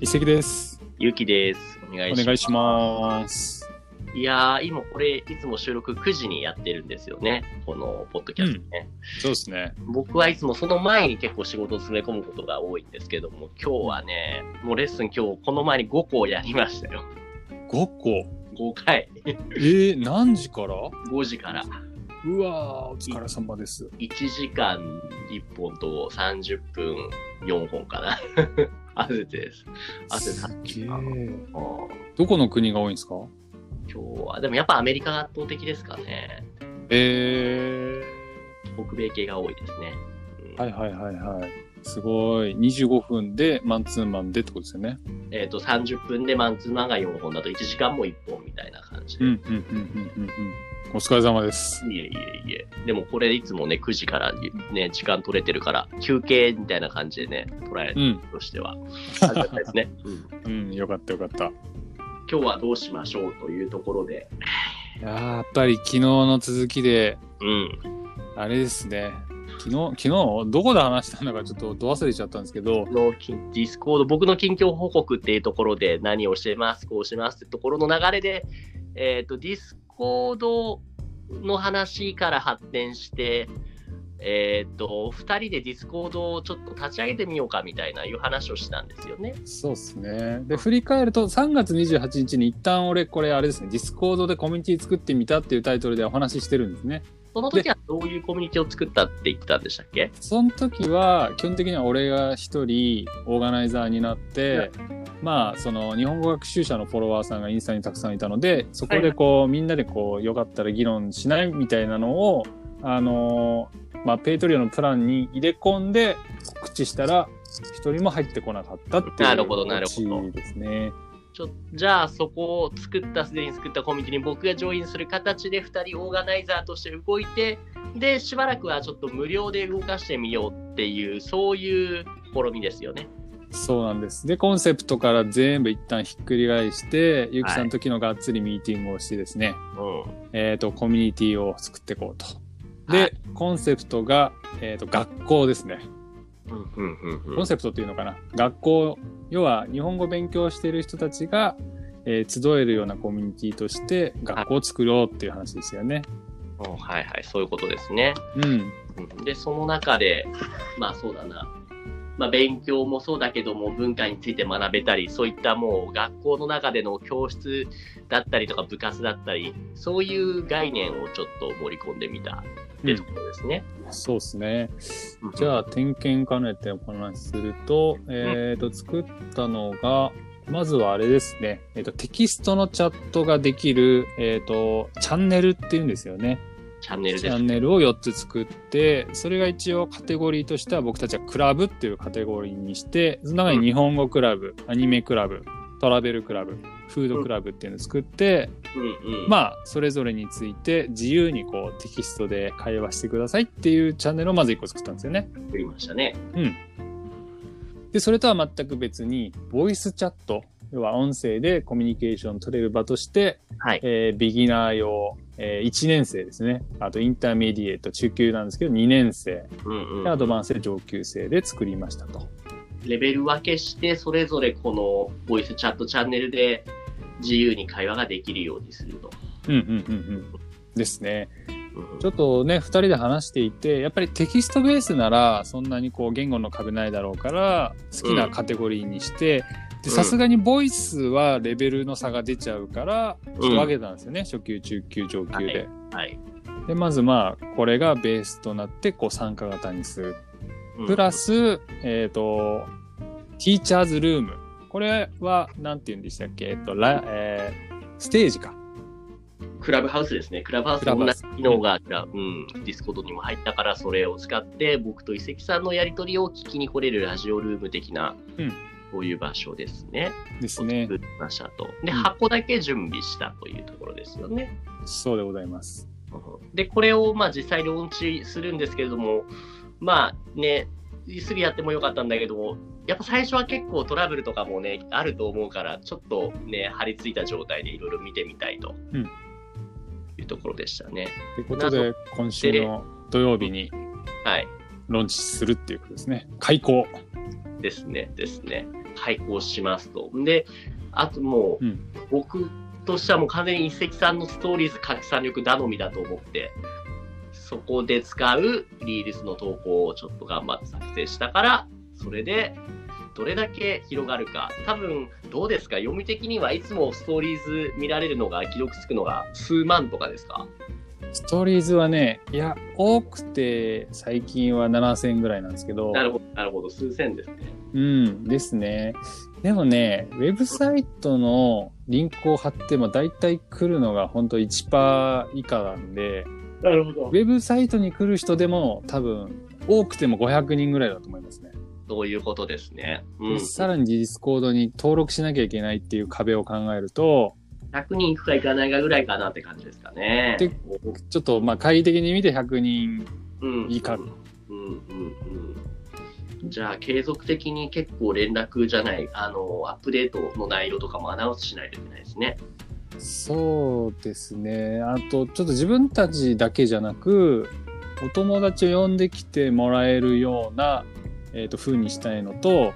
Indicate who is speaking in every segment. Speaker 1: 一石です。
Speaker 2: ゆうきです。お願い
Speaker 1: お
Speaker 2: します。
Speaker 1: 願いします。
Speaker 2: いやー、今これ、いつも収録9時にやってるんですよね。この、ポッドキャストね。
Speaker 1: そうですね。
Speaker 2: 僕はいつもその前に結構仕事を詰め込むことが多いんですけども、今日はね、もうレッスン今日、この前に5個やりましたよ。
Speaker 1: 5個。
Speaker 2: 5回。
Speaker 1: えー、何時から
Speaker 2: 5時から。
Speaker 1: うわー、お疲れ様です。
Speaker 2: 1時間1本と30分4本かな。 汗です。汗
Speaker 1: す
Speaker 2: さ
Speaker 1: っ
Speaker 2: っ
Speaker 1: げ
Speaker 2: き。あの
Speaker 1: ー
Speaker 2: 今
Speaker 1: どこの国が多いんですか
Speaker 2: 日は、でもやっぱアメリカが圧倒的ですかね。
Speaker 1: え
Speaker 2: 北米系が多いですね。うん
Speaker 1: ー、はいはいはいはい。すごい。25分でマンツーマンでってことですよね。
Speaker 2: えっと30分でマンツーマンが4本だと1時間も1本みたいな感じで、
Speaker 1: うんうんうんうんうんうん。お疲れ様です。
Speaker 2: いえいえいえでもこれいつもね9時からね時間取れてるから休憩みたいな感じでね捉え
Speaker 1: う
Speaker 2: る
Speaker 1: ん。
Speaker 2: としては、ありがたいですね、うん
Speaker 1: うん、よかったよかった。
Speaker 2: 今日はどうしましょうというところで
Speaker 1: いやーやっぱり昨日の続きで、
Speaker 2: うん
Speaker 1: あれですね。昨日、昨日、どこで話したんだかちょっとど忘れしちゃったんですけど、
Speaker 2: のきディスコード僕の近況報告っていうところで何をしてますこうしてますってところの流れで、えっとディスコードの話から発展して、えっと2人でディスコードをちょっと立ち上げてみようかみたいないう話をしたんですよね。
Speaker 1: そうですね。で、振り返ると、3月28日に一旦俺、これ、あれですね、ディスコードでコミュニティ作ってみたっていうタイトルでお話ししてるんですね。
Speaker 2: その時はどういうコミュニティを作ったって言ってたんでしたっけ
Speaker 1: その時は、基本的には俺が一人、オーガナイザーになって、まあ、その、日本語学習者のフォロワーさんがインスタにたくさんいたので、そこでこう、みんなでこう、よかったら議論しないみたいなのを、あのーまあ、ペイトリオのプランに入れ込んで告知したら、一人も入ってこなかったっていう。
Speaker 2: なるほどなるほど
Speaker 1: ですね。
Speaker 2: ちょじゃあそこを作ったすでに作ったコミュニティに僕がジョインする形で2人オーガナイザーとして動いてでしばらくはちょっと無料で動かしてみようっていうそういう試みですよね。
Speaker 1: そうなんです。で、コンセプトから全部一旦ひっくり返して、ゆきさんの時のがっつりミーティングをしてですね、
Speaker 2: うん、
Speaker 1: えっ、と、コミュニティを作っていこうと。で、
Speaker 2: はい
Speaker 1: コンセプトが、えっ、と、学校ですね。
Speaker 2: うんうんうん
Speaker 1: コンセプトっていうのかな。学校、要は日本語勉強してる人たちが、えー集えるようなコミュニティとして学校を作ろうっていう話ですよね。
Speaker 2: うんはいはいそういうことですね。
Speaker 1: うん。
Speaker 2: うんでその中でまあそうだな、まあ、勉強もそうだけども文化について学べたりそういったもう学校の中での教室だったりとか部活だったりそういう概念をちょっと盛り込んでみたってところですね。
Speaker 1: そうですね。じ
Speaker 2: じゃあ
Speaker 1: ゃあ、点検兼ねてお話しすると、えっ、と、作ったのが、まずはあれですね。えっ、と、テキストのチャットができる、えっ、と、チャンネルっていうんですよね。
Speaker 2: チャンネル
Speaker 1: チ
Speaker 2: で
Speaker 1: ャ
Speaker 2: す
Speaker 1: ン。ネルを4つ作って、それが一応カテゴリーとしては僕たちはクラブっていうカテゴリーにして、その中に日本語クラブ、アニメクラブ、トラベルクラブ、フードクラブっていうのを作って、
Speaker 2: うんうん、
Speaker 1: まあ、それぞれについて自由にこうテキストで会話してくださいっていうチャンネルをまず1個作ったんですよね。
Speaker 2: 作りましたね。
Speaker 1: うん。で、それとは全く別に、ボイスチャット、要は音声でコミュニケーション取れる場として、
Speaker 2: はい
Speaker 1: えービギナー用、え1年生ですね。あと、インターメディエート、中級なんですけど、2年生。
Speaker 2: うん
Speaker 1: で
Speaker 2: う
Speaker 1: ア
Speaker 2: ん、
Speaker 1: ドバンスで上級生で作りましたと。
Speaker 2: レベル分けしてそれぞれこのボイスチャットチャンネルで自由に会話ができるようにすると。
Speaker 1: うんうんうんうん。ですね。
Speaker 2: うんうん
Speaker 1: ちょっとね、2人で話していて、やっぱりテキストベースなら、そんなにこう言語の壁ないだろうから、好きなカテゴリーにして、で
Speaker 2: うん
Speaker 1: さすがにボイスはレベルの差が出ちゃうから、
Speaker 2: うん
Speaker 1: 分けたんですよね、初級、中級、上級で。
Speaker 2: はい
Speaker 1: で、まずまあ、これがベースとなって、こう参加型にする。
Speaker 2: うん
Speaker 1: プラス、えっ、と、ティーチャーズルーム。これは、なんて言うんでしたっけえっ、と、ラえーステージか。
Speaker 2: クラブハウスですね。クラブハウスの同じ機能が、うん、ディスコードにも入ったから、それを使って、僕と遺跡さんのやりとりを聞きに来れるラジオルーム的な、
Speaker 1: うん
Speaker 2: そういう場所ですね。
Speaker 1: ですね
Speaker 2: 作。りましたと。で、
Speaker 1: うん
Speaker 2: 箱だけ準備したというところですよね。
Speaker 1: そうでございます。
Speaker 2: で、これを、まあ、実際に音痴するんですけれども、まあね、すぐやってもよかったんだけども、やっぱ最初は結構トラブルとかもね、あると思うから、ちょっとね、張り付いた状態でいろいろ見てみたいと。
Speaker 1: うん
Speaker 2: いうところでしたね。
Speaker 1: ということで、今週の土曜日に
Speaker 2: はい。
Speaker 1: ローンチするっていうことですね。開講。
Speaker 2: ですね、ですね。開講しますと。で、あともう、
Speaker 1: うん
Speaker 2: 僕としてはもう完全に一石さんのストーリーズ拡散力頼みだと思って、そこで使うリールスの投稿をちょっと頑張って作成したから、それでどれだけ広がるか。多分、どうですか読み的にはいつもストーリーズ見られるのが、記録つくのが数万とかですか
Speaker 1: ストーリーズはねいや多くて最近は7000ぐらいなんですけど
Speaker 2: なるほど、なるほど、数千ですね。
Speaker 1: うんですねでもねウェブサイトのリンクを貼っても大体来るのが本当1%以下なんで
Speaker 2: なるほど
Speaker 1: ウ。ェブサイトに来る人でも多分多くても500人ぐらいだと思いますね、
Speaker 2: そういうことですね。うん。
Speaker 1: さらにディスコードに登録しなきゃいけないっていう壁を考えると
Speaker 2: 100人いくかいかないかぐらいかなって感じですかね。
Speaker 1: でちょっとまあ懐疑的に見て100人
Speaker 2: うん、
Speaker 1: いいか
Speaker 2: うんうんうん。じゃあ、継続的に結構連絡じゃない、あの、アップデートの内容とかもアナウンスしないといけないですね。
Speaker 1: そうですねあとちょっと自分たちだけじゃなくお友達を呼んできてもらえるような、えー、と風にしたいのと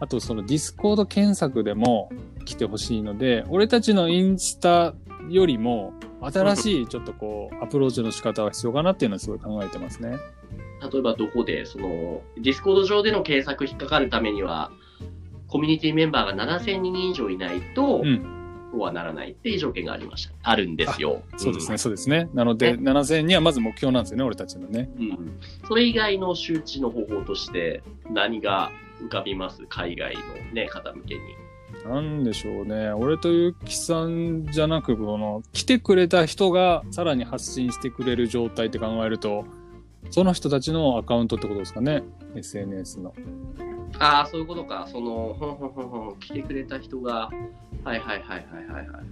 Speaker 1: あとそのディスコード検索でも来てほしいので俺たちのインスタよりも新しいちょっとこうアプローチの仕方が必要かなっていうのはすごい考えてますね。
Speaker 2: 例えばどこで、その、ディスコード上での検索引っかかるためには、コミュニティメンバーが7000人以上いないと、
Speaker 1: うん、
Speaker 2: そうはならないっていう条件がありました。あるんですよ。
Speaker 1: そうですね、
Speaker 2: ん
Speaker 1: そうですね。なの
Speaker 2: え
Speaker 1: で7000にはまず目標なんですよね、俺たちのね。
Speaker 2: うん、それ以外の周知の方法として何が浮かびます海外の、ね、方向けに。
Speaker 1: なんでしょうね俺とゆきさんじゃなくこの来てくれた人がさらに発信してくれる状態って考えるとその人たちのアカウントってことですかね SNS の
Speaker 2: ああ、そういうことか。その、ほんほんほんほん、来てくれた人が、はいはいはいはいはいはいはい。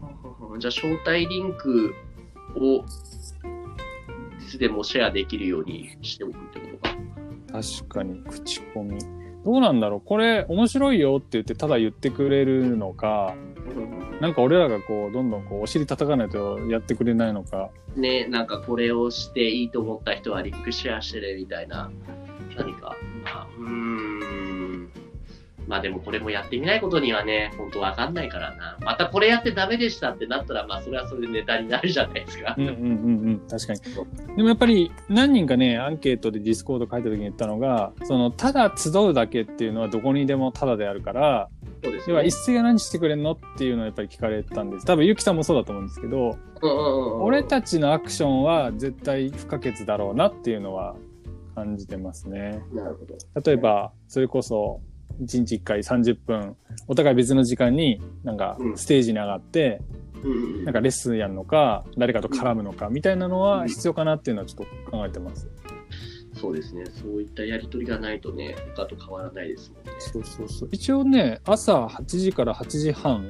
Speaker 2: ほんほんほんじゃあ、招待リンクを、いつでもシェアできるようにしておくってことか。
Speaker 1: 確かに口コミどうなんだろうこれ面白いよって言ってただ言ってくれるのかなんか俺らがこうどんどんこうお尻叩かないとやってくれないのか
Speaker 2: ね、なんかこれをしていいと思った人はリンクシェアしてねみたいな、何か、まあ、うーん、まあでもこれもやってみないことにはね、本当わかんないからな。またこれやってダメでしたってなったら、まあそれはそれでネタになるじゃないですか。
Speaker 1: うんうんうんうん確かにでもやっぱり何人かねアンケートでディスコード書いた時に言ったのがそのただ集うだけっていうのはどこにでもただであるから
Speaker 2: そうです
Speaker 1: 要は一斉が何してくれんのっていうのをやっぱり聞かれたんです多分ゆきさんもそうだと思うんですけど
Speaker 2: うんうんうんうん
Speaker 1: 俺たちのアクションは絶対不可欠だろうなっていうのは感じてますね
Speaker 2: なるほど。
Speaker 1: 例えばそれこそ1日1回30分お互い別の時間になんか
Speaker 2: うん
Speaker 1: ステージに上がって
Speaker 2: うんうん
Speaker 1: なんかレッスンやるのか誰かと絡むのかみたいなのは必要かなっていうのはちょっと考えてます
Speaker 2: そうですね。そういったやりとりがないとね、他と変わらないですもんね。
Speaker 1: そうそうそう一応ね朝8時から8時半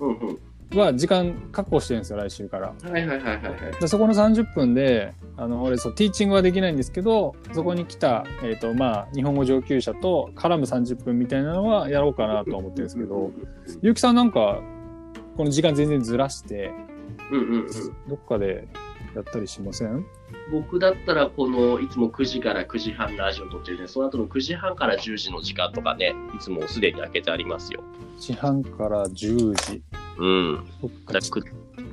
Speaker 2: うんうん。
Speaker 1: は時間確保してるんですよ来週から
Speaker 2: はいはいはいはいはい。
Speaker 1: でそこの30分であの俺そうティーチングはできないんですけどそこに来た、えーとまあ、日本語上級者と絡む30分みたいなのはやろうかなとは思ってるんですけど
Speaker 2: う
Speaker 1: ゆうきさんなんかこの時間全然ずらして
Speaker 2: んうんうん。
Speaker 1: どっかでやったりしません
Speaker 2: 僕だったら、この、いつも9時から9時半ラジオ撮ってるね、その後の9時半から10時の時間とかね、いつもすでに開けてありますよ。
Speaker 1: 時半から10時
Speaker 2: うん。
Speaker 1: そっ
Speaker 2: だ
Speaker 1: か
Speaker 2: くっ
Speaker 1: うんうん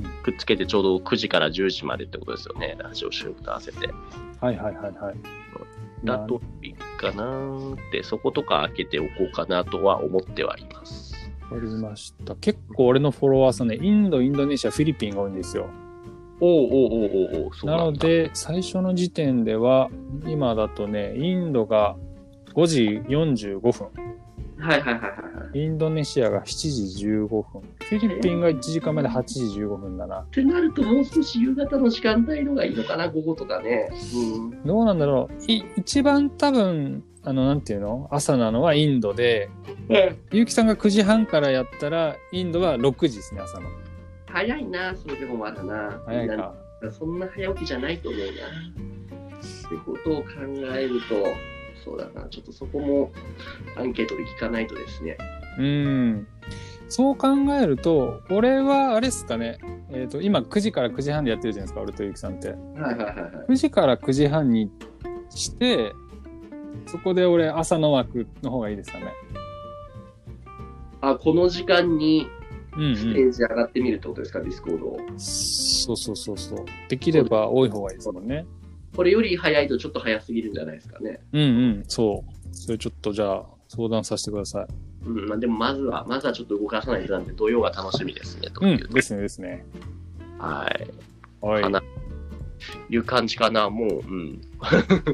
Speaker 1: うんうん
Speaker 2: くっつけてちょうど9時から10時までってことですよね、ラジオ収録と合わせて。
Speaker 1: はいはいはいはい
Speaker 2: だといいかなーって、そことか開けておこうかなとは思ってはいます。
Speaker 1: わかりました。結構俺のフォロワーさんね、インド、インドネシア、フィリピンが多いんですよ。
Speaker 2: おうおうおうおうおう、そう
Speaker 1: な
Speaker 2: な
Speaker 1: の
Speaker 2: んだ。
Speaker 1: で、最初の時点では、今だとね、インドが5時45分、
Speaker 2: はいはいはいはいはい。っ
Speaker 1: インドネシアが7時15分、フィリピンが1時間まで8時15分だな。
Speaker 2: てなると、もう少し夕方の時間帯のがいいのかな、午後とかね。うん。
Speaker 1: どうなんだろう。い一番多分、あの、なんていうの朝なのはインドで、ゆうきさんが9時半からやったら、インドは6時ですね、朝の。
Speaker 2: 早いな、それでもまだな。
Speaker 1: 早いか。
Speaker 2: そんな早起きじゃないと思うな。ってことを考えると、そうだな、ちょっとそこもアンケートで聞かないとですね。
Speaker 1: うん。そう考えると、俺はあれですかね。えっ、と、今9時から9時半でやってるじゃないですか、俺とゆきさんって。
Speaker 2: はいはいはいはい。
Speaker 1: 9時から9時半にして、そこで俺朝の枠の方がいいですかね。
Speaker 2: あ、この時間に
Speaker 1: うん、
Speaker 2: ステージ上がってみるってことですか、ディスコードを。
Speaker 1: そうそうそうそう。できれば多い方がいいですもんね。
Speaker 2: これより早いとちょっと早すぎるんじゃないですかね。
Speaker 1: うんうん、そう。それちょっとじゃあ相談させてください。
Speaker 2: うん、まあ、でもまずは、まずはちょっと動かさないとなんで、土曜が楽しみですね、と
Speaker 1: う
Speaker 2: い
Speaker 1: ん
Speaker 2: う、と。
Speaker 1: ですねですね。
Speaker 2: はい。
Speaker 1: はい。
Speaker 2: かないう感じかな、もう、うん。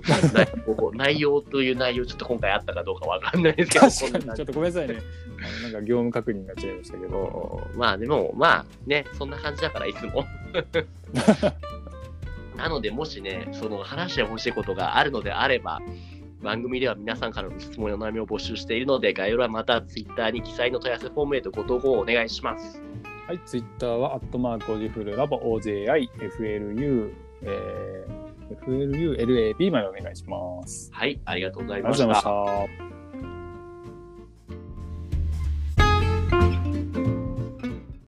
Speaker 2: 内容内容という内容、ちょっと今回あったかどうかわかんないですけど、
Speaker 1: 確かに、ちょっとごめんなさいね。あのなんか業務確認が違いましたけど。
Speaker 2: うんまあでも、まあね、そんな感じだから、いつも。 なので、もしね、その話してほしいことがあるのであれば、番組では皆さんからの質問やお悩みを募集しているので、概要欄または Twitter に記載の問い合わせフォームへとご投稿をお願いします。
Speaker 1: はい、ツイッターは、アットマークオジフルラボ OJI、FLU、えー、FLULAB までお願いします。
Speaker 2: はい、ありがとうござい
Speaker 1: ありが
Speaker 2: ま
Speaker 1: とうござい
Speaker 2: し
Speaker 1: ま
Speaker 2: た
Speaker 1: し。た。